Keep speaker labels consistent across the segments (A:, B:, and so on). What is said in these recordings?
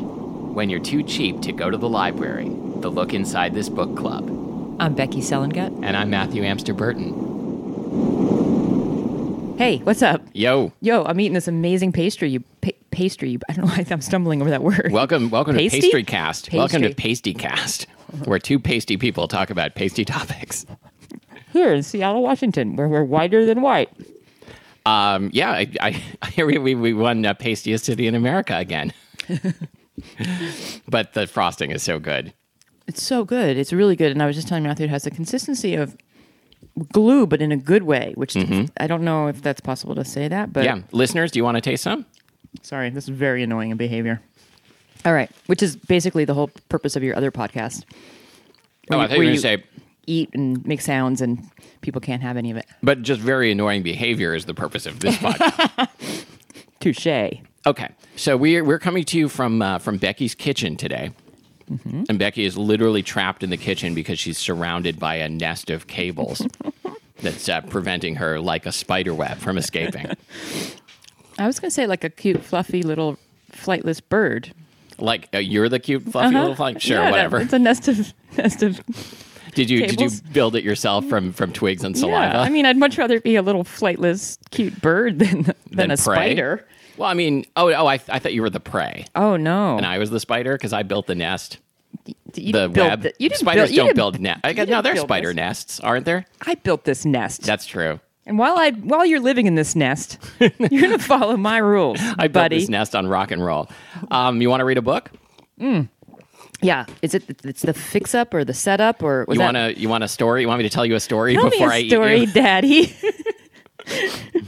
A: when you're too cheap to go to the library, the look inside this book club.
B: I'm Becky Selengut.
A: And I'm Matthew Amster Burton.
B: Hey, what's up?
A: Yo,
B: Yo, I'm eating this amazing pastry. You pa- pastry. You, I don't know why I'm stumbling over that word.
A: welcome, welcome
B: Pasty?
A: to Pastry Cast. Welcome to Pasty
B: Pastry.
A: Cast, where two pasty people talk about pasty topics.
B: Here in Seattle, Washington, where we're whiter than white.
A: Um, yeah, I, I, I hear we, we, we won uh, pastiest city in America again. but the frosting is so good.
B: It's so good. It's really good. And I was just telling Matthew it has the consistency of glue, but in a good way, which I don't know if that's possible to say that, but
A: Mm-hmm. Yeah, listeners, do you want to taste some?
B: sorry, this is very annoying in behavior. All right, which is basically the whole purpose of your other podcast.
A: Oh, I thought you
B: you-
A: were
B: where
A: going
B: you-
A: to say,
B: Eat and make sounds, and people can't have any of it.
A: but just very annoying behavior is the purpose of this podcast.
B: Touche.
A: Okay, so we're we're coming to you from uh, from Becky's kitchen today,
B: Mm-hmm.
A: and Becky is literally trapped in the kitchen because she's surrounded by a nest of cables that's uh, preventing her, like a spider web, from escaping.
B: I was going to say like a cute, fluffy little flightless bird.
A: like uh, you're the cute, fluffy little thing. Sure,
B: Uh-huh. Yeah, that-
A: whatever.
B: it's a nest of nest of.
A: did you
B: cables.
A: did you build it yourself from from twigs and saliva?
B: Yeah, I mean, I'd much rather be a little flightless, cute bird than than,
A: prey?
B: a spider.
A: Well, I mean, oh oh, I, I thought you were the prey,
B: Oh no!
A: and I was the spider because I built the nest.
B: you
A: The
B: didn't build
A: web.
B: the- you didn't
A: Spiders
B: build, you
A: don't
B: didn't-
A: build nests.
B: you
A: No,
B: didn't
A: they're
B: build
A: spider
B: this.
A: nests, aren't there?
B: I built this nest,
A: That's true.
B: and while I while you're living in this nest, you're gonna follow my rules,
A: I built
B: buddy.
A: this nest on rock and roll. Um, you want to read a book?
B: Yeah, is it? It's the fix up or the setup or was
A: You
B: that?
A: want to? You want a story? You want me to tell you a story
B: Tell
A: before I
B: me a
A: eat
B: story,
A: you?
B: Daddy. Wait,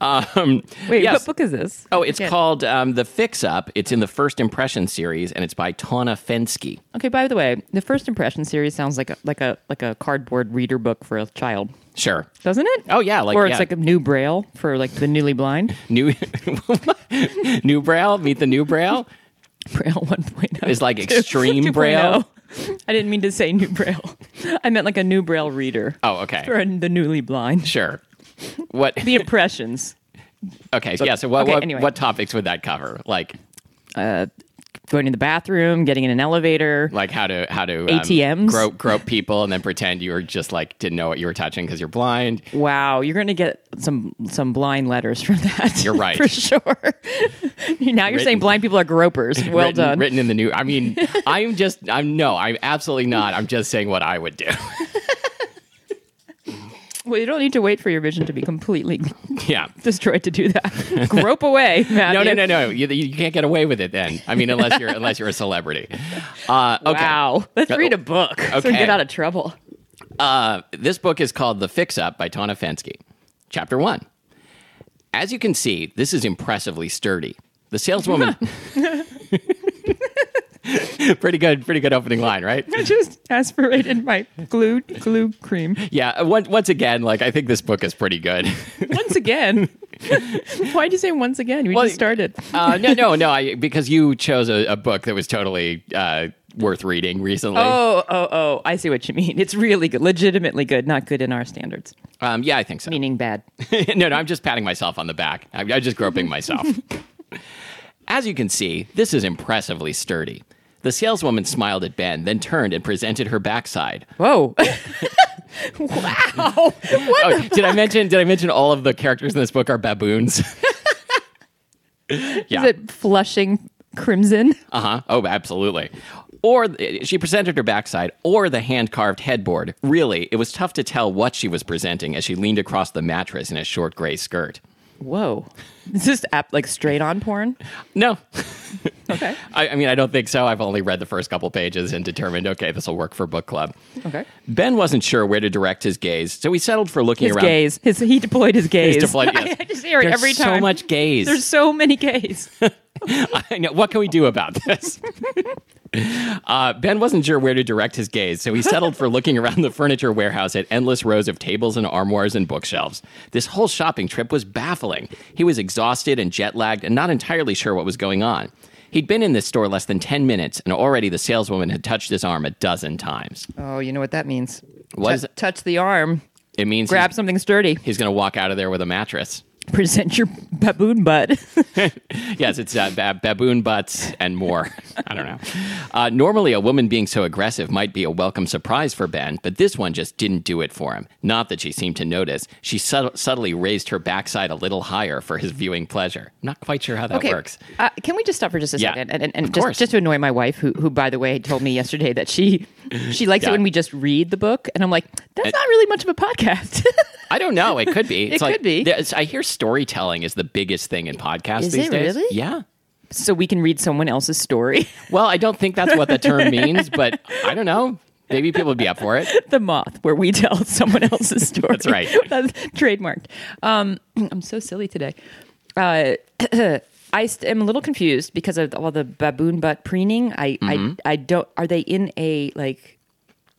A: Um, yes.
B: what book is this?
A: Oh, it's
B: Okay.
A: called um, the Fix Up. It's in the First Impression series, and it's by Tana Fensky.
B: Okay. By the way, the first impression series sounds like a like a like a cardboard reader book for a child,
A: Sure.
B: doesn't it?
A: Oh, yeah, like-
B: or it's
A: yeah.
B: like a new braille for like the newly blind
A: New New Braille. Meet the New Braille.
B: braille 1.0
A: It's like extreme braille.
B: 2.0. oh. I didn't mean to say new braille. I meant like a new braille reader
A: Oh, okay.
B: for the newly blind.
A: Sure. What?
B: The impressions.
A: Okay. Yeah. So what?
B: Okay,
A: what,
B: anyway.
A: what topics would that cover? Like,
B: Going to the bathroom, getting in an elevator.
A: like how to how to um,
B: ATMs?
A: grope grope people and then pretend you were just like didn't know what you were touching because you're blind.
B: Wow, you're going to get some some blind letters from that.
A: You're right.
B: for sure. now you're
A: Written-
B: saying blind people are gropers. Well
A: written,
B: done.
A: written in the new. I mean, I'm just, I'm no, I'm absolutely not. I'm just saying what I would do.
B: Well, you don't need to wait for your vision to be completely
A: yeah.
B: destroyed to do that. Grope away.
A: No,
B: Matthew.
A: no, no, no. You, you can't get away with it then. I mean, unless you're unless you're a celebrity. Uh, okay.
B: Wow. Let's read a book. So we
A: Okay.
B: get out of trouble.
A: Uh, this book is called The Fix Up by Tana Fensky. Chapter one. As you can see, this is impressively sturdy. The saleswoman. pretty good, pretty good opening line, right?
B: I just aspirated my glue glue cream
A: Yeah. Once, once again, like I think this book is pretty good.
B: once again. Why'd you say once again? We
A: Well,
B: just started.
A: Uh, no, no, no. I, because you chose a, a book that was totally uh, worth reading recently.
B: Oh, oh, oh! I see what you mean. It's really good, legitimately good, not good in our standards.
A: Um, yeah, I think so.
B: Meaning bad.
A: no, no. I'm just patting myself on the back. I'm, I'm just groping myself. As you can see, this is impressively sturdy. The saleswoman smiled at Ben, then turned and presented her backside.
B: Whoa! wow! What?
A: Oh, did I mention? Did I mention all of the characters in this book are baboons? yeah.
B: Is it flushing crimson?
A: Uh huh. Oh, absolutely. Or th- she presented her backside or the hand carved headboard. Really, it was tough to tell what she was presenting as she leaned across the mattress in a short gray skirt.
B: Whoa! Is this app like straight on porn?
A: No,
B: Okay.
A: I, I mean, I don't think so. I've only read the first couple pages and determined, okay, this will work for book club.
B: Okay.
A: Ben wasn't sure where to direct his gaze, so he settled for looking
B: His
A: around.
B: gaze. His he deployed his gaze.
A: He's deployed-
B: I-
A: yes.
B: I, just hear it
A: There's
B: every time.
A: so much gaze.
B: There's so many gays.
A: I know. What can we do about this? Uh, ben wasn't sure where to direct his gaze, so he settled for looking around the furniture warehouse at endless rows of tables and armoires and bookshelves. This whole shopping trip was baffling. He was exhausted and jet lagged and not entirely sure what was going on. He'd been in this store less than 10 minutes, and already the saleswoman had touched his arm a dozen times.
B: Oh, you know what that means.
A: What
B: Tou-
A: is it?
B: touch the arm.
A: It means
B: Grab something sturdy.
A: he's, he's going to walk out of there with a mattress.
B: present your baboon butt.
A: yes, it's uh, ba- baboon butts and more. I don't know. Uh, normally, a woman being so aggressive might be a welcome surprise for Ben, but this one just didn't do it for him. Not that she seemed to notice. She sub- subtly raised her backside a little higher for his viewing pleasure. Not quite sure how that works.
B: Uh, can we just stop for just a
A: Yeah.
B: second? And, and,
A: Of
B: and
A: course.
B: just, just to annoy my wife, who, who, by the way, told me yesterday that she she likes
A: Yeah.
B: it when we just read the book. And I'm like, that's not really much of a podcast.
A: I don't know. It could be. It's like,
B: could be.
A: there's- I hear storytelling is the biggest thing in podcasts
B: Is
A: these
B: it
A: days.
B: really?
A: Yeah.
B: so we can read someone else's story.
A: Well, I don't think that's what the term means, but I don't know. Maybe people would be up for it.
B: the moth, where we tell someone else's story.
A: That's right.
B: That's trademarked. Um, I'm so silly today. Uh, I st- am a little confused because of all the baboon butt preening. I,
A: Mm-hmm.
B: I, I don't. Are they in a like,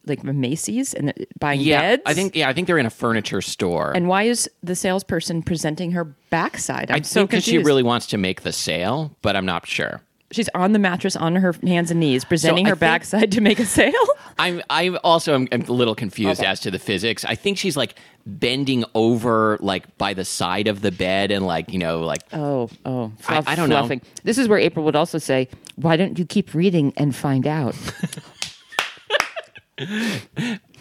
B: like a Macy's and they're buying beds?
A: I think. Yeah, I think they're in a furniture store.
B: And why is the salesperson presenting her backside? I'm
A: I
B: so
A: think that
B: confused.
A: she really wants to make the sale, but I'm not sure.
B: She's on the mattress on her hands and knees, presenting
A: I
B: her
A: think-
B: backside to make a sale.
A: I'm I also am, am a little confused
B: Okay.
A: as to the physics. I think she's like bending over like by the side of the bed and like, you know, like
B: Oh, oh, fluff,
A: I don't know.
B: fluffing. This is where April would also say, "Why don't you keep reading and find out?"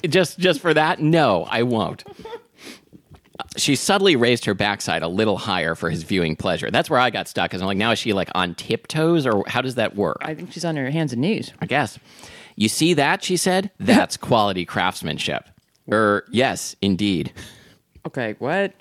A: just just for that? No, I won't. She subtly raised her backside a little higher for his viewing pleasure. That's where I got stuck cuz I'm like now is she like on tiptoes or how does that work?
B: I think she's on her hands and knees.
A: I guess. You see that? She said. That's quality craftsmanship. Er, yes, indeed.
B: Okay, what?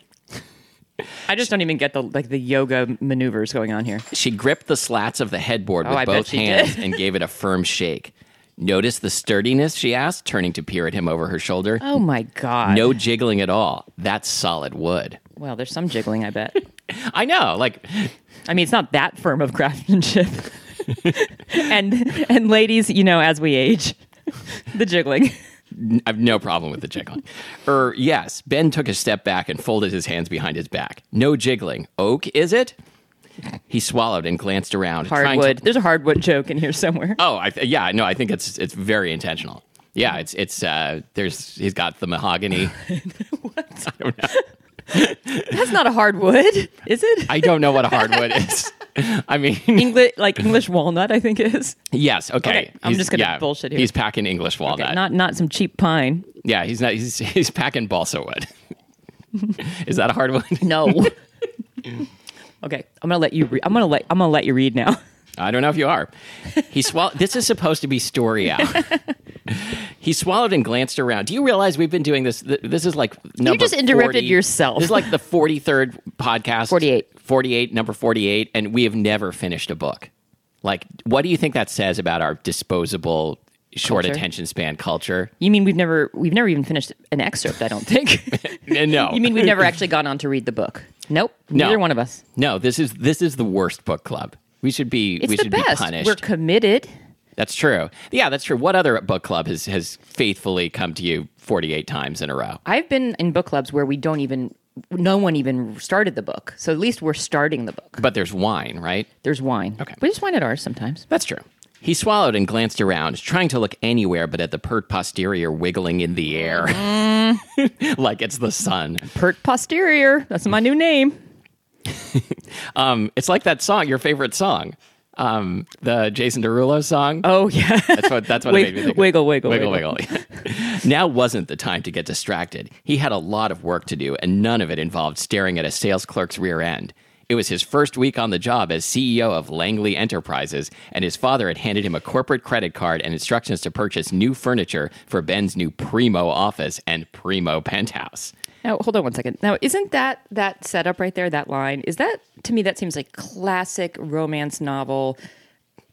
B: I just don't even get the like the yoga maneuvers going on here.
A: She gripped the slats of the headboard with
B: Oh, I bet
A: both
B: she
A: hands and gave it a firm shake. Notice the sturdiness? She asked, turning to peer at him over her shoulder.
B: Oh my god!
A: No jiggling at all. That's solid wood.
B: Well, there's some jiggling, I bet.
A: I know. Like,
B: I mean, it's not that firm of craftsmanship. and and ladies, you know, as we age, the jiggling.
A: I have no problem with the jiggling. Er, yes. Ben took a step back and folded his hands behind his back. No jiggling. Oak, is it? He swallowed and glanced around. trying to-
B: Hardwood. There's a hardwood joke in here somewhere.
A: Oh, I, yeah, no, I think it's it's very intentional. Yeah, it's it's uh, there's he's got the mahogany.
B: That's not a hardwood, is it?
A: I don't know what a hardwood is. I mean,
B: English, like English walnut, I think it is.
A: yes, okay.
B: Okay, I'm
A: He's-
B: just gonna bullshit here.
A: He's packing English walnut.
B: Okay, not not some cheap pine.
A: yeah, he's not. He's he's packing balsa wood. is that a hardwood?
B: No. okay, I'm gonna let you. Re- I'm gonna let. I'm gonna let you read now.
A: I don't know if you are. He swallowed. this is supposed to be story out. he swallowed and glanced around. Do you realize we've been doing this? th- This is like number
B: just interrupted
A: 40
B: yourself.
A: This is like the forty third podcast.
B: 48.
A: Forty eight. Number forty eight, and we have never finished a book. Like, what do you think that says about our disposable, short
B: Culture.
A: attention span culture?
B: You mean we've never we've never even finished an excerpt? I don't think.
A: No.
B: you mean we've never actually gone on to read the book? Nope.
A: No.
B: Neither one of us.
A: no? This is this is the worst book club. We should be.
B: It's
A: we
B: the
A: should be
B: best.
A: punished.
B: We're committed.
A: That's true. Yeah, that's true. What other book club has, has faithfully come to you 48 times in a row?
B: I've been in book clubs where we don't even no one even started the book. So at least we're starting the book.
A: But there's wine, right?
B: There's wine.
A: Okay.
B: We just wine at ours sometimes.
A: That's true. He swallowed and glanced around, trying to look anywhere but at the pert posterior wiggling in the air. like it's the sun.
B: Pert posterior. That's my new name.
A: Um, it's like that song, your favorite song. Um, the Jason Derulo song.
B: Oh yeah.
A: That's what that's what it
B: Wig-
A: made me think. of.
B: wiggle, wiggle,
A: wiggle, wiggle. now wasn't the time to get distracted. He had a lot of work to do, and none of it involved staring at a sales clerk's rear end. It was his first week on the job as CEO of Langley Enterprises, and his father had handed him a corporate credit card and instructions to purchase new furniture for Ben's new Primo office and Primo penthouse.
B: Now, hold on one second. Now, isn't that that setup right there, that line? Is that to me that seems like classic romance novel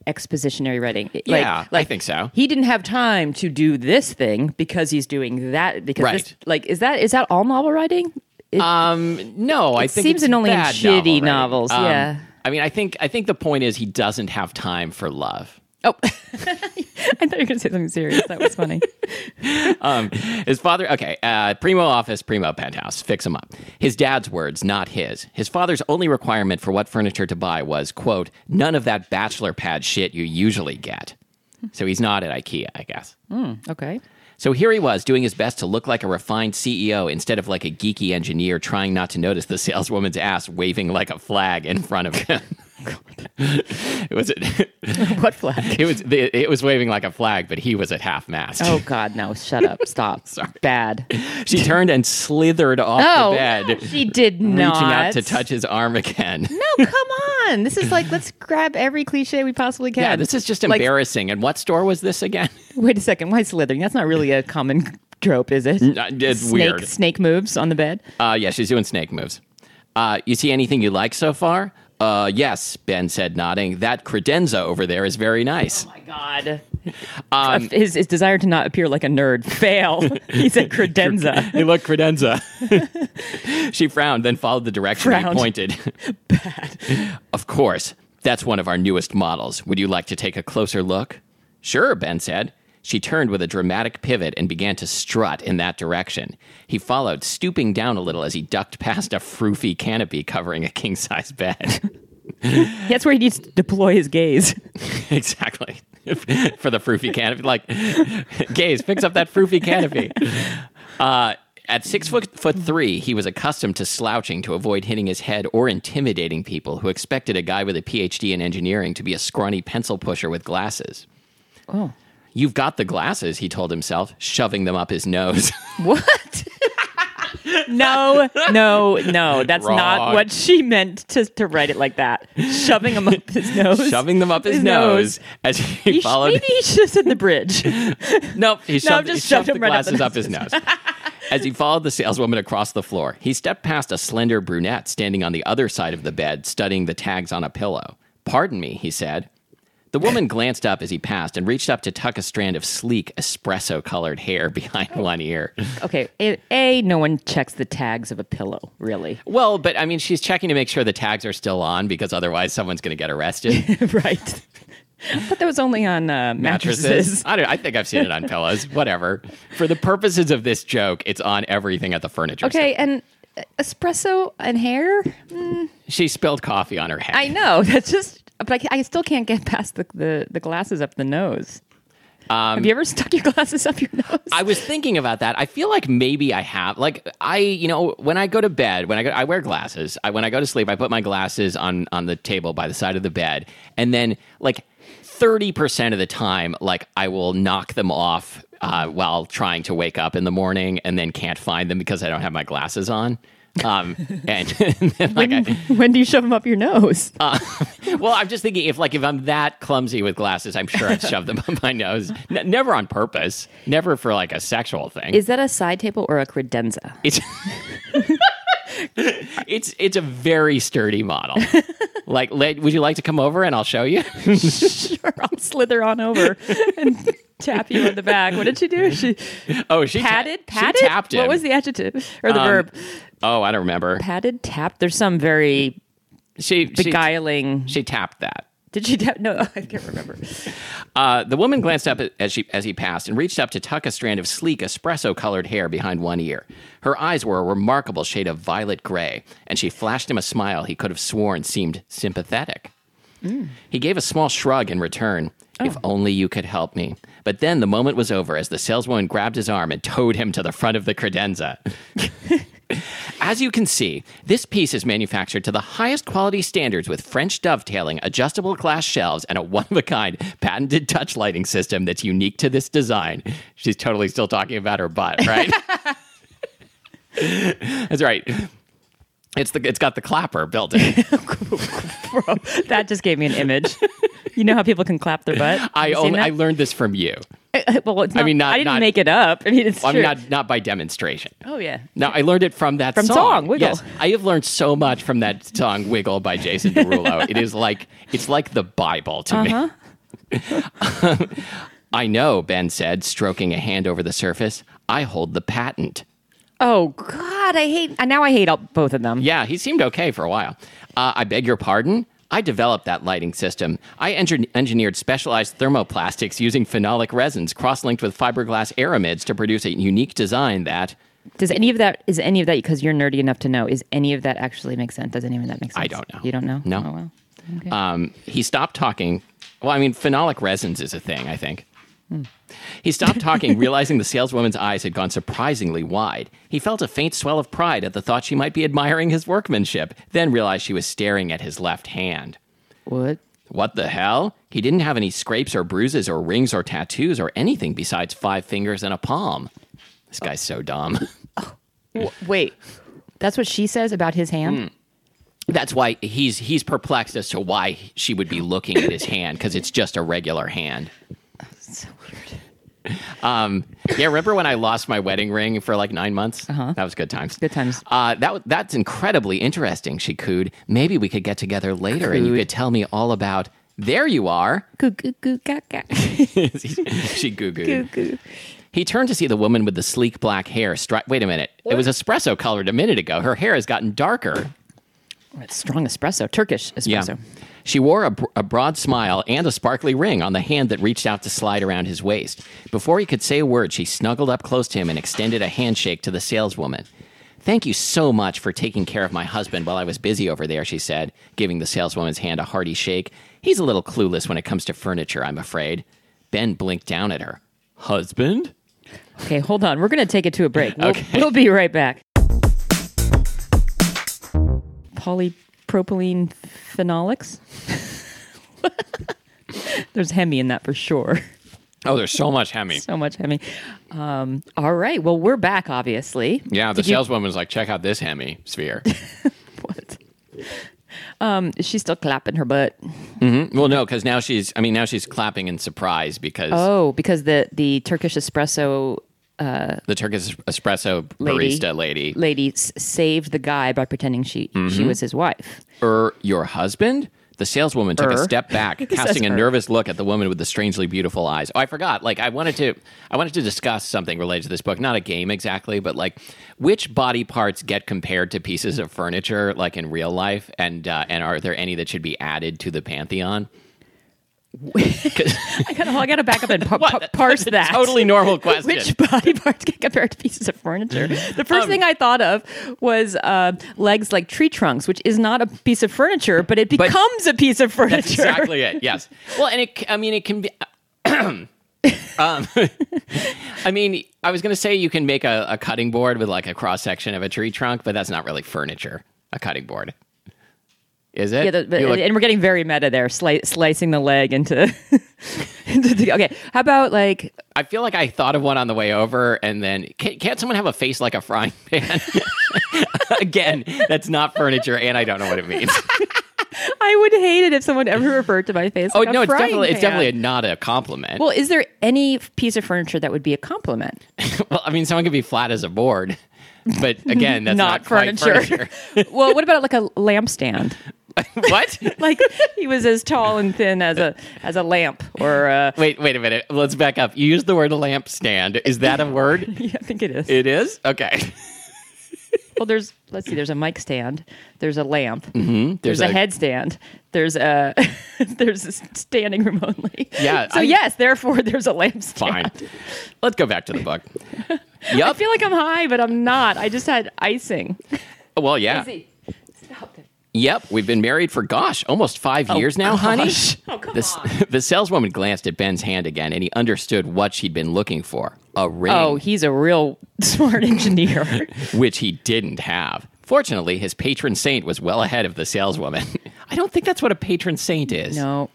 B: expositionary writing? Like,
A: Yeah, I think so.
B: He didn't have time to do this thing because he's doing that. Because this-
A: Right.
B: like, is that is that all novel writing? It-
A: Um, No, I think
B: seems
A: it's
B: in only in
A: bad
B: shitty
A: writing.
B: novels, yeah.
A: I mean, I think I think the point is he doesn't have time for love.
B: oh, I thought you were going to say something serious. That was funny.
A: His father, okay, uh, primo office, primo penthouse, fix him up. His dad's words, not his. His father's only requirement for what furniture to buy was, quote, none of that bachelor pad shit you usually get. So he's not at IKEA, I guess.
B: okay.
A: So here he was doing his best to look like a refined CEO instead of like a geeky engineer trying not to notice the saleswoman's ass waving like a flag in front of him. it was
B: What flag?
A: it was it was waving like a flag, but he was at half mast.
B: Oh God, no! Shut up! Stop! Bad.
A: She turned and slithered off
B: Oh,
A: the bed,
B: no, she did
A: reaching
B: not.
A: out to touch his arm again.
B: No, come on! This is like let's grab every cliche we possibly can.
A: Yeah, this is just
B: Like,
A: embarrassing. and what store was this again?
B: Wait a second. Why slithering? That's not really a common trope, is it?
A: uh, it's
B: snake,
A: weird.
B: Snake moves on the bed.
A: Uh, yeah, she's doing snake moves. Uh, you see anything you like so far? Uh, yes, Ben said, nodding. That credenza over there is very nice.
B: Oh my God.
A: um,
B: his, his desire to not appear like a nerd fail. he said credenza.
A: Hey, look, credenza. she frowned, then followed the direction
B: Frowned.
A: he pointed. Bad. Of course. That's one of our newest models. Would you like to take a closer look? Sure, Ben said. She turned with a dramatic pivot and began to strut in that direction. He followed, stooping down a little as he ducked past a froofy canopy covering a king size bed.
B: That's where he needs to deploy his gaze.
A: exactly. For the froofy canopy. Like, gaze, picks up that froofy canopy. Uh, at six foot, foot three, he was accustomed to slouching to avoid hitting his head or intimidating people who expected a guy with a PhD in engineering to be a scrawny pencil pusher with glasses.
B: Oh.
A: You've got the glasses, he told himself, shoving them up his nose.
B: What? no, no, no. That's not
A: Wrong.
B: what she meant to, to write it like that. Shoving him up his nose.
A: shoving them up his,
B: His
A: nose,
B: nose.
A: as he,
B: He sh-
A: followed.
B: maybe he should have said the bridge.
A: Nope, he shoved, he
B: just
A: shoved
B: shoved
A: the
B: him right up the
A: glasses up his nose. As he followed the saleswoman across the floor, he stepped past a slender brunette standing on the other side of the bed, studying the tags on a pillow. Pardon me, he said. The woman glanced up as he passed and reached up to tuck a strand of sleek, espresso colored hair behind one ear.
B: Okay. A, a, no one checks the tags of a pillow, really.
A: Well, but I mean, she's checking to make sure the tags are still on because otherwise someone's going to get arrested.
B: right. I thought that was only on uh, mattresses.
A: Mattresses. I, don't, I think I've seen it on pillows. Whatever. For the purposes of this joke, it's on everything at the furniture. store.
B: Okay, and uh, espresso and hair.
A: She spilled coffee on her head.
B: I know that's just, but I, ca- I still can't get past the, the, the glasses up the nose. Have you ever stuck your glasses up your nose?
A: Um, I was thinking about that. I feel like maybe I have. Like I, you know, when I go to bed, when I go, I wear glasses. I, when I go to sleep, I put my glasses on on the table by the side of the bed, and then like thirty percent of the time, like I will knock them off uh, while trying to wake up in the morning, and then can't find them because I don't have my glasses on. Um, and, and then, like I,
B: when do you shove them up your nose?
A: well, I'm just thinking if like if I'm that clumsy with glasses, I'm sure I'd shove them up my nose. N- never on purpose. Never for like a sexual thing.
B: Is that a side table or a credenza?
A: It's it's it's a very sturdy model. Like, let, would you like to come over and I'll show you?
B: sure, I'll slither on over and tap you on the back. What did she do? She
A: Oh, she ta-
B: patted,
A: she
B: patted.
A: tapped him.
B: What was the adjective or the
A: Um,
B: verb?
A: Oh, I don't remember.
B: Patted, tapped. There's some very
A: She she,
B: beguiling.
A: she tapped that.
B: Did she tap? No, I can't remember.
A: Uh, the woman glanced up as she as he passed and reached up to tuck a strand of sleek espresso-colored hair behind one ear. Her eyes were a remarkable shade of violet gray, and she flashed him a smile he could have sworn seemed sympathetic. He gave a small shrug in return. If only you could help me. But then the moment was over as the saleswoman grabbed his arm and towed him to the front of the credenza. As you can see, this piece is manufactured to the highest quality standards with French dovetailing, adjustable glass shelves, and a one of a kind patented touch lighting system that's unique to this design. She's totally still talking about her butt, right? that's right. It's the it's got the clapper built in.
B: Bro, that just gave me an image. You know how people can clap their butt? Have
A: I
B: you seen
A: only, I
B: that?
A: learned this from you.
B: well, it's not,
A: mean,
B: I mean,
A: not-
B: I didn't
A: not-
B: make it up. I mean, it's
A: Well, I
B: true.
A: mean, not not by demonstration.
B: oh yeah,
A: No, I learned it from that
B: From
A: song.
B: song, Wiggle.
A: Yes, I have learned so much from that song "Wiggle" by Jason Derulo. it is like it's like the Bible to me.
B: Uh-huh.
A: I know, Ben said, stroking a hand over the surface. I hold the patent.
B: Oh God, I hate. and Now I hate all, both of them.
A: Yeah, he seemed okay for a while. Uh, I beg your pardon. I developed that lighting system. I engi- engineered specialized thermoplastics using phenolic resins cross-linked with fiberglass aramids to produce a unique design that
B: Does any of that is any of that because you're nerdy enough to know? Is any of that actually make sense? Does any of that make sense?
A: I don't know.
B: You don't know?
A: No.
B: Oh, well. Okay.
A: um, he stopped talking. Well, I mean, phenolic resins is a thing, I think. He stopped talking, realizing the saleswoman's eyes had gone surprisingly wide. He felt a faint swell of pride at the thought she might be admiring his workmanship, then realized she was staring at his left hand.
B: What?
A: What the hell? He didn't have any scrapes or bruises or rings or tattoos or anything besides five fingers and a palm. This guy's so dumb.
B: wait. That's what she says about his hand?
A: Hmm. That's why he's he's perplexed as to why she would be looking at his hand because it's just a regular hand. Um,
B: So weird.
A: Yeah, remember when I lost my wedding ring for like nine months? That was good times.
B: Uh-huh. Good times.
A: Uh, that that's incredibly interesting. She cooed. Maybe we could get together later, and you
B: Cooed.
A: could tell me all about. There you are.
B: Goo goo goo ga ga.
A: she goo
B: Goo
A: gooed.
B: goo.
A: He turned to see the woman with the sleek black hair. Stri- Wait a minute. It was espresso colored a minute ago. Her hair has gotten darker.
B: It's strong espresso, Turkish espresso.
A: She wore a, br- a broad smile and a sparkly ring on the hand that reached out to slide around his waist. Before he could say a word, she snuggled up close to him and extended a handshake to the saleswoman. Thank you so much for taking care of my husband while I was busy over there, she said, giving the saleswoman's hand a hearty shake. He's a little clueless when it comes to furniture, I'm afraid. Ben blinked down at her. Husband?
B: Okay, hold on. We're going to take it to a break. We'll,
A: Okay.
B: we'll be right back. Polypropylene phenolics. There's Hemi in that for sure.
A: Oh, there's so much Hemi.
B: So much Hemi. Um, all right. Well, we're back, obviously.
A: Yeah, the
B: Did you-
A: saleswoman was like, check out this Hemi sphere.
B: What? Um, she's still clapping her butt.
A: well, no, because now she's, I mean, now she's clapping in surprise because
B: Oh, because the the Turkish espresso
A: the Turkish espresso
B: Lady.
A: barista lady.
B: lady s- saved the guy by pretending she she was his wife.
A: Er, your husband? The saleswoman took a
B: Er.
A: step back, casting a
B: her.
A: nervous look at the woman with the strangely beautiful eyes. Oh, I forgot. Like I wanted to I wanted to discuss something related to this book. Not a game exactly, but like which body parts get compared to pieces of furniture like in real life and uh, and are there any that should be added to the pantheon? 'Cause-
B: I gotta, well, I gotta back up and par- par- parse that.
A: totally normal question.
B: Which body parts get compared to pieces of furniture?
A: Mm-hmm.
B: The
A: Um,
B: first thing I thought of was uh, legs like tree trunks, which is not a piece of furniture, but it becomes a piece of furniture.
A: exactly it. Yes. Well, and it. I mean, it can be. um, I mean, I was going to say you can make a, a cutting board with like a cross section of a tree trunk, but that's not really furniture. A cutting board, is it?
B: Yeah, the, but,
A: You look-
B: and we're getting very meta there, sli- slicing the leg into. into the, okay, how about like
A: I feel like I thought of one on the way over, and then can, can't someone have a face like a frying pan? Again, that's not furniture, and I don't know what it means.
B: I would hate it if someone ever referred to my face.
A: Oh
B: like a
A: no, it's
B: frying
A: definitely it's
B: pan.
A: definitely not a compliment.
B: well, is there any f- piece of furniture that would be a compliment?
A: well, I mean, someone could be flat as a board, but again, that's not,
B: Not
A: quite
B: furniture. well, what about like a lampstand?
A: furniture. what?
B: Like he was as tall and thin as a as a lamp, or uh,
A: Wait, wait a minute. Let's back up. You used the word lamp stand. Is that a word?
B: yeah, I think it is.
A: It is? Okay.
B: well, there's let's see, there's a mic stand, there's a lamp,
A: There's
B: there's a
A: a-
B: headstand, there's a there's a standing remotely.
A: Yeah,
B: So
A: I-
B: yes, therefore there's a
A: Fine.
B: lampstand.
A: Let's go back to the book.
B: I
A: Yup.
B: feel like I'm high, but I'm not. I just had icing.
A: Well, yeah.
B: Izzy, stop it.
A: Yep. We've been married for, gosh, almost five years now, honey.
B: Oh, gosh. Oh, come
A: the, s-
B: on.
A: the saleswoman glanced at Ben's hand again and he understood what she'd been looking for a ring.
B: Oh, he's a real smart engineer.
A: which he didn't have. Fortunately, his patron saint was well ahead of the saleswoman. I don't think that's what a patron saint is.
B: no.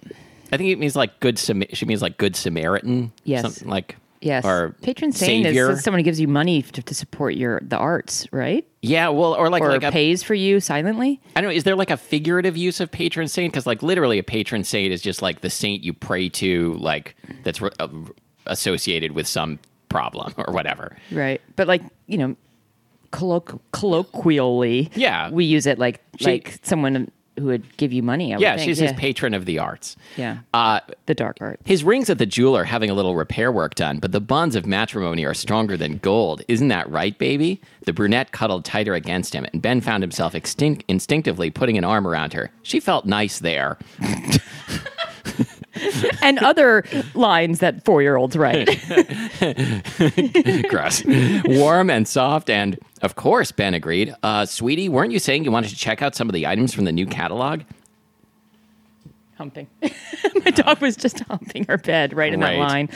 A: I think it means like good. Sam- she means like good Samaritan.
B: Yes.
A: Something like
B: Yes.
A: Or
B: patron saint
A: savior.
B: is someone who gives you money to, to support your the arts, right?
A: yeah. Well, or like
B: Or
A: like a,
B: pays for you silently.
A: I don't know. Is there like a figurative use of patron saint? Because like literally, a patron saint is just like the saint you pray to, like that's re- uh, associated with some problem or whatever.
B: Right. But like, you know, colloqu- colloquially,
A: Yeah.
B: we use it like like someone who would give you money. I would
A: Yeah,
B: think.
A: she's his patron of the arts.
B: Yeah.
A: Uh,
B: the dark art.
A: His rings at the jeweler having a little repair work done, but the bonds of matrimony are stronger than gold. Isn't that right, baby? The brunette cuddled tighter against him, and Ben found himself extin- instinctively putting an arm around her. She felt nice there.
B: And other lines that four year olds write.
A: Gross. Warm and soft, and of course, Ben agreed. Uh, sweetie, weren't you saying you wanted to check out some of the items from the new catalog?
B: humping. My dog was just humping her bed right in
A: Right.
B: that line.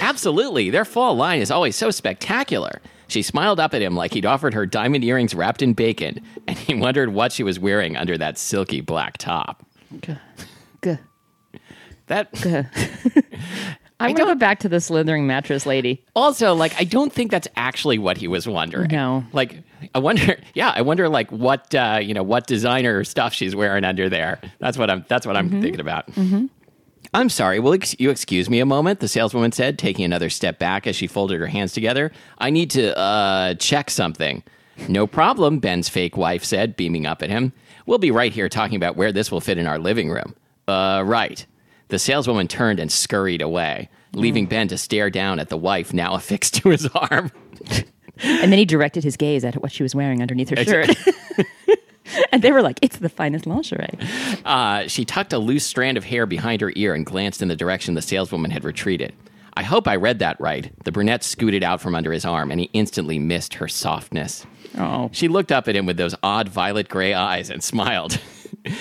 A: Absolutely. Their fall line is always so spectacular. She smiled up at him like he'd offered her diamond earrings wrapped in bacon, and he wondered what she was wearing under that silky black top.
B: G- g-
A: That
B: I'm going to go back to the slithering mattress lady.
A: also like I don't think that's actually what he was wondering.
B: No.
A: Like I wonder yeah, I wonder like what uh, you know, what designer stuff she's wearing under there. That's what I'm that's what I'm thinking about. I'm sorry. Will ex- you excuse me a moment? The saleswoman said, taking another step back as she folded her hands together. I need to uh, check something. No problem, Ben's fake wife said, beaming up at him. We'll be right here talking about where this will fit in our living room. Uh, right. The saleswoman turned and scurried away, leaving Ben to stare down at the wife now affixed to his arm.
B: And then he directed his gaze at what she was wearing underneath her shirt. and they were like, it's the finest lingerie.
A: Uh, she tucked a loose strand of hair behind her ear and glanced in the direction the saleswoman had retreated. I hope I read that right. The brunette scooted out from under his arm, and he instantly missed her softness.
B: Oh.
A: She looked up at him with those odd violet gray eyes and smiled.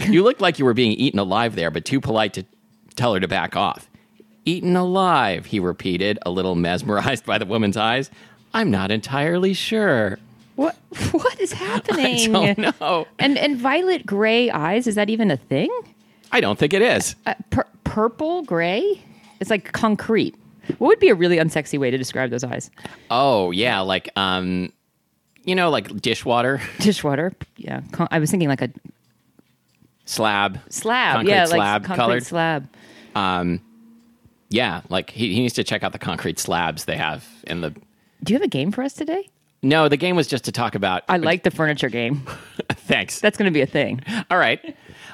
A: you looked like you were being eaten alive there, but too polite to tell her to back off. Eaten alive, he repeated, a little mesmerized by the woman's eyes. I'm not entirely sure.
B: What, what is
A: I
B: happening?
A: don't know.
B: And, and violet gray eyes, is that even a thing?
A: I don't think it is.
B: Uh, pur- purple gray? It's like concrete. What would be a really unsexy way to describe those eyes?
A: Oh yeah, like um, you know, like dishwater
B: Dishwater. Yeah. Con- I was thinking like a
A: slab.
B: slab.
A: Concrete
B: yeah,
A: slab
B: like
A: colored?
B: concrete slab.
A: Yeah, like he, he needs to check out the concrete slabs they have in the.
B: Do you have a game for us today?
A: No, the game was just to talk about.
B: I like the furniture game.
A: Thanks.
B: That's going to be a thing.
A: All right.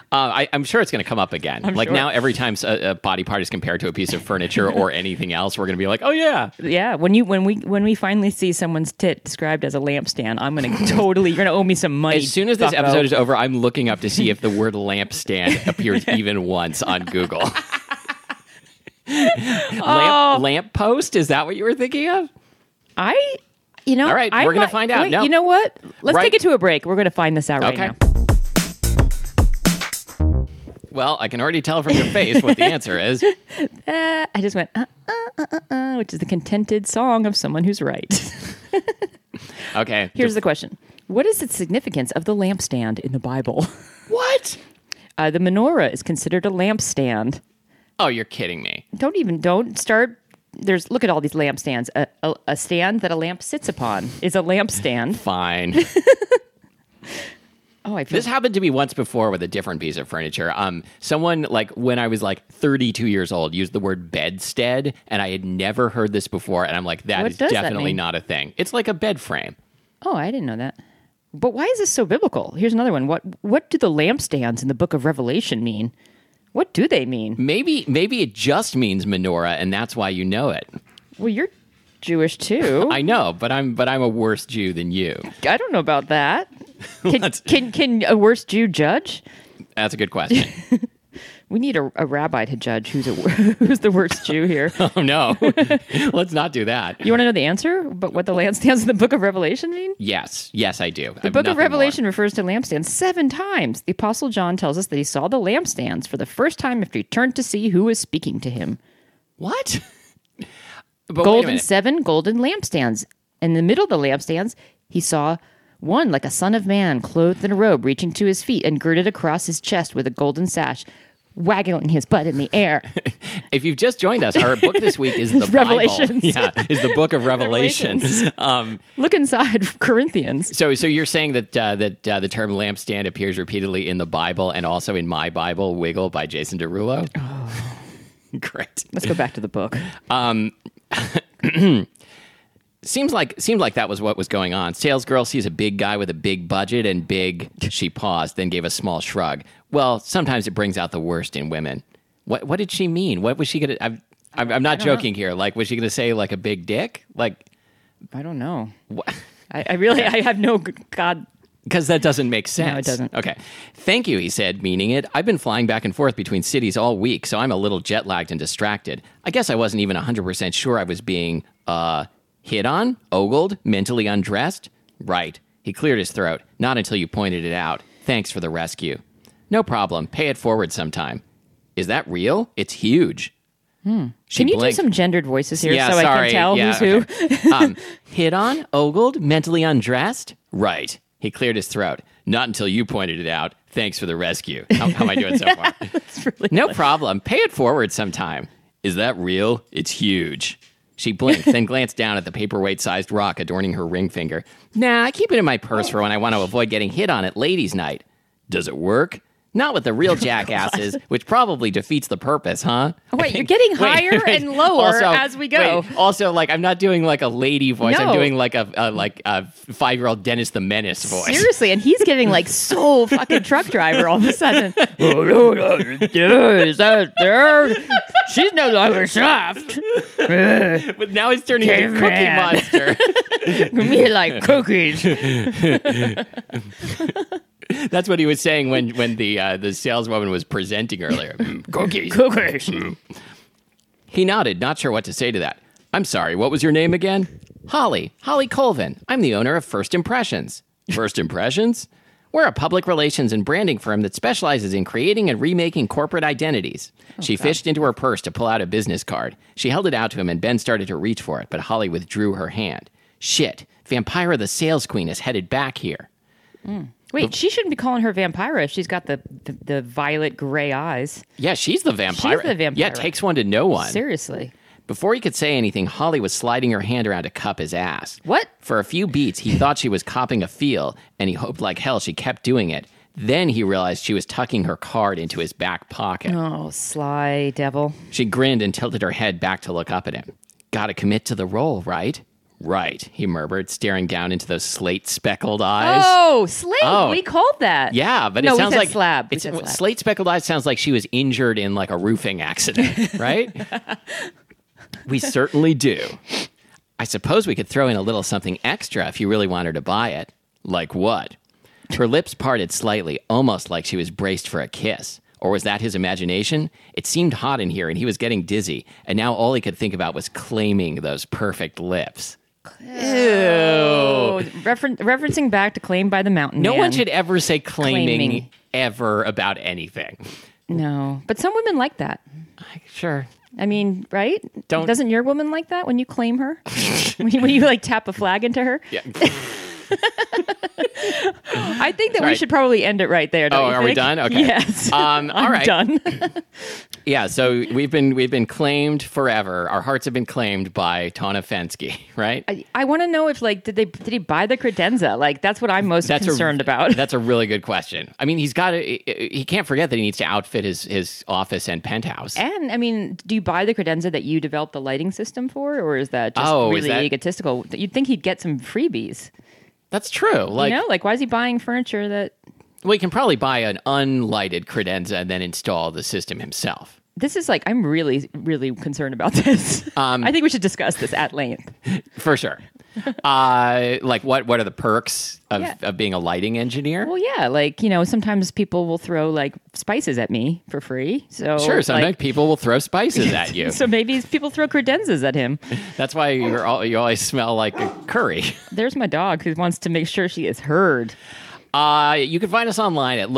A: Uh, I, I'm sure it's going to come up again.
B: I'm
A: like
B: sure.
A: now, every time a, a body part is compared to a piece of furniture or anything else, we're going to be like, oh yeah,
B: Yeah, when you when we when we finally see someone's tit described as a lampstand, I'm gonna totally you're gonna owe me some money.
A: As soon as this
B: bucko.
A: episode is over, I'm looking up to see if the word lampstand appears even once on Google.
B: Oh.
A: lamp, lamp post? Is that what you were thinking of?
B: I you know
A: All right,
B: I'm
A: we're gonna
B: not-
A: find out.
B: wait,
A: No.
B: You know what? Let's
A: Right.
B: take it to a break. We're gonna find this out
A: Okay.
B: right now.
A: Well, I can already tell from your face what the answer is.
B: Uh, I just went uh, uh, uh, uh, uh, which is the contented song of someone who's right.
A: Okay.
B: Here's the question: What is the significance of the lampstand in the Bible?
A: what?
B: Uh, the menorah is considered a lampstand.
A: Oh, you're kidding me.
B: Don't even don't start. There's look at all these lampstands. A, a, a stand that a lamp sits upon is a lampstand.
A: Fine.
B: Oh, I feel
A: this happened to me once before with a different piece of furniture. Um, someone like when I was like 32 years old used the word bedstead, and I had never heard this before, and I'm like, that
B: What
A: is
B: does that
A: definitely
B: mean?
A: not a thing. It's like a bed frame.
B: Oh, I didn't know that. But why is this so biblical? Here's another one. What what do the lampstands in the book of Revelation mean? What do they mean?
A: Maybe maybe it just means menorah, and that's why you know it.
B: Well, you're Jewish too. I,
A: I know, but I'm but I'm a worse Jew than you.
B: don't know about that. Can,
A: Let's-
B: can can a worse Jew judge?
A: That's a good question.
B: We need a, a rabbi to judge who's a, wor- who's the worst Jew here.
A: oh no, let's not do that.
B: You want to know the answer? But what the lampstands in the book of Revelation mean?
A: Yes, yes, I do.
B: The book of Revelation refers to lampstands seven times. The Apostle John tells us that he saw the lampstands for the first time after he turned to see who was speaking to him.
A: What? But Oh, wait a
B: golden
A: minute.
B: seven golden lampstands. In the middle of the lampstands, he saw one like a son of man, clothed in a robe, reaching to his feet and girded across his chest with a golden sash, waggling his butt in the air.
A: If you've just joined us, our book this week is the Bible.
B: Revelations.
A: Yeah, is the book of Revelation. um,
B: Look inside, Corinthians.
A: so, so you're saying that uh, that uh, the term lampstand appears repeatedly in the Bible and also in my Bible, "Wiggle" by Jason Derulo.
B: Oh.
A: Great.
B: Let's go back to the book.
A: Seems like seemed like that was what was going on. Sales girl sees a big guy with a big budget and big. She paused, then gave a small shrug. Well, sometimes it brings out the worst in women. What what did she mean? What was she gonna? I'm I'm, I'm not joking here. Like, was she gonna say like a big dick? Like,
B: I don't know.
A: what?
B: I, I really, I have no g- God.
A: Because that doesn't make sense.
B: doesn't.
A: Okay. Thank you, he said, meaning it. I've been flying back and forth between cities all week, so I'm a little jet lagged and distracted. I guess I wasn't even 100% sure I was being, uh, hit on, ogled, mentally undressed. Right. He cleared his throat. Not until you pointed it out. Thanks for the rescue. No problem. Pay it forward sometime. Is that real? It's huge. She
B: Hmm. Can you
A: blinked.
B: do some gendered voices here
A: Yeah,
B: so
A: sorry.
B: I can tell
A: Yeah,
B: who's who?
A: okay. um, hit on, ogled, mentally undressed? Right. He cleared his throat. Not until you pointed it out. Thanks for the rescue. How, how am I doing so far?
B: It's really
A: No problem. Pay it forward sometime. Is that real? It's huge. She blinked, then glanced down at the paperweight sized rock adorning her ring finger. Nah, I keep it in my purse for when I want to avoid getting hit on at ladies' night. Does it work? Not with the real
B: Oh,
A: jackasses, which probably defeats the purpose, huh?
B: Oh, Wait, you're getting
A: Wait,
B: higher
A: wait.
B: and lower
A: Also-
B: as we go.
A: wait, also, like I'm not doing like a lady voice. I'm
B: No.
A: doing like a, a like a five year old Dennis the Menace voice.
B: Seriously, and he's getting like so fucking truck driver all of a sudden.
A: Oh,
C: Is that third? She's no longer soft.
A: But now he's turning into Cookie
C: Caveman.
A: Monster.
C: Me like cookies.
A: That's what he was saying when when the uh, the saleswoman was presenting earlier. Mm, Cookies. Mm.
C: Cookies.
A: He nodded, not sure what to say to that. I'm sorry, what was your name again? Holly. Holly Colvin. I'm the owner of First Impressions. First Impressions? We're a public relations and branding firm that specializes in creating and remaking corporate identities. she fished into her purse to pull out a business card. She held it out to him, and Ben started to reach for it, but Holly withdrew her hand. Shit, Vampira the Sales Queen is headed back here.
B: Wait, she shouldn't be calling her Vampira if she's got the, the, the violet gray eyes.
A: Yeah, she's the vampire.
B: the vampire.
A: Yeah, takes one to know one.
B: Seriously.
A: Before he could say anything, Holly was sliding her hand around to cup his ass.
B: What?
A: For a few beats, he thought she was copping a feel, and he hoped like hell she kept doing it. Then he realized she was tucking her card into his back pocket.
B: Oh, sly devil.
A: She grinned and tilted her head back to look up at him. Gotta commit to the role, right? Right, he murmured, staring down into those slate speckled eyes.
B: Oh, slate.
A: Oh.
B: We called that.
A: Yeah, but
B: No,
A: it
B: we
A: sounds
B: said
A: like
B: slab. We
A: It's,
B: said slab.
A: Slate speckled eyes sounds like she was injured in like a roofing accident, right? we certainly do. I suppose we could throw in a little something extra if you really want her to buy it. Like what? Her lips parted slightly, almost like she was braced for a kiss. Or was that his imagination? It seemed hot in here and he was getting dizzy, and now all he could think about was claiming those perfect lips.
B: Oh, refer- referencing back to Claim by the Mountain.
A: No one
B: Man.
A: should ever say claiming
B: Claiming.
A: ever about anything.
B: No, but some women like that.
A: Sure.
B: I mean, right?
A: Don't-
B: Doesn't your woman like that when you claim her? when, you, when you like tap a flag into her?
A: Yeah.
B: I think that
A: Sorry.
B: we should probably end it right there. Don't
A: Oh,
B: you
A: are we
B: think?
A: done? Okay.
B: Yes.
A: Um, all
B: I'm
A: right.
B: Done.
A: Yeah, so we've been we've been claimed forever. Our hearts have been claimed by Tana Fensky, right?
B: I, I want to know if like did they did he buy the credenza? Like that's what I'm most
A: a-
B: concerned about.
A: That's a really good question. I mean, he's got to, he can't forget that he needs to outfit his his office and penthouse.
B: And I mean, do you buy the credenza that you developed the lighting system for, or is that just
A: Oh, is
B: really
A: that-
B: egotistical? You'd think he'd get some freebies.
A: That's true. Like,
B: you know, like why is he buying furniture that
A: well, he can probably buy an unlighted credenza and then install the system himself.
B: this is like? I'm really, really concerned about this.
A: Um,
B: I think we should discuss this at length.
A: For sure. uh, like what what are the perks of,
B: Yeah.
A: of being a lighting engineer?
B: Well, yeah, like you know, sometimes people will throw like spices at me for free. So
A: sure, sometimes
B: like-
A: people will throw spices at you.
B: So maybe people throw credenzas at him.
A: That's why you're all, you always smell like a curry.
B: There's my dog who wants to make sure she is heard.
A: Uh, you can find us online at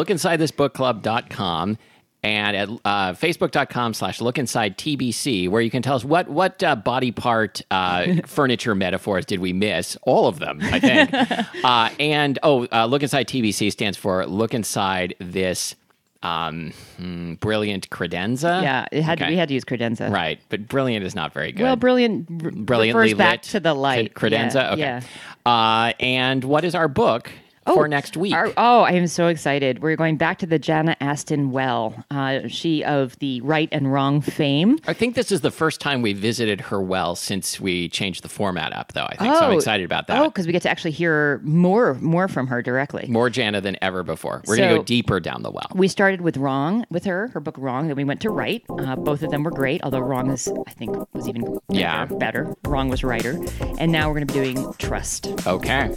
A: lookinsidethisbookclub.com and at uh, facebook.com slash lookinsidetbc, where you can tell us what, what uh, body part uh, furniture metaphors did we miss? All of them, I think. uh, and, oh, uh, Look Inside TBC stands for Look Inside This um, hmm, Brilliant Credenza.
B: Yeah, it had
A: Okay.
B: we had to use credenza.
A: Right, but brilliant is not very good.
B: Well, brilliant. r-
A: Brilliantly
B: refers back
A: lit
B: to the light.
A: cre- Credenza.
B: Yeah,
A: okay.
B: yeah.
A: Uh, and what is our book for next week?
B: Our- oh, I am so excited. We're going back to the Jana Aston well. Uh, she of the right and wrong fame.
A: I think this is the first time we visited her well since we changed the format up, though. I think so. I'm
B: Oh.
A: excited about that.
B: Oh, because we get to actually hear more more from her directly.
A: More Jana than ever before. We're going to
B: So-
A: go deeper down the well.
B: We started with Wrong with her, her book Wrong. Then we went to Right. Uh, both of them were great, although Wrong is, I think, was even better,
A: Yeah.
B: better. Wrong was righter. And now we're going to be doing Trust.
A: Okay.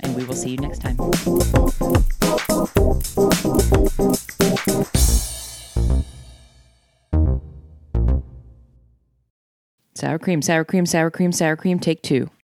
B: And we will see you next time. Sour cream, sour cream, sour cream, sour cream, take two.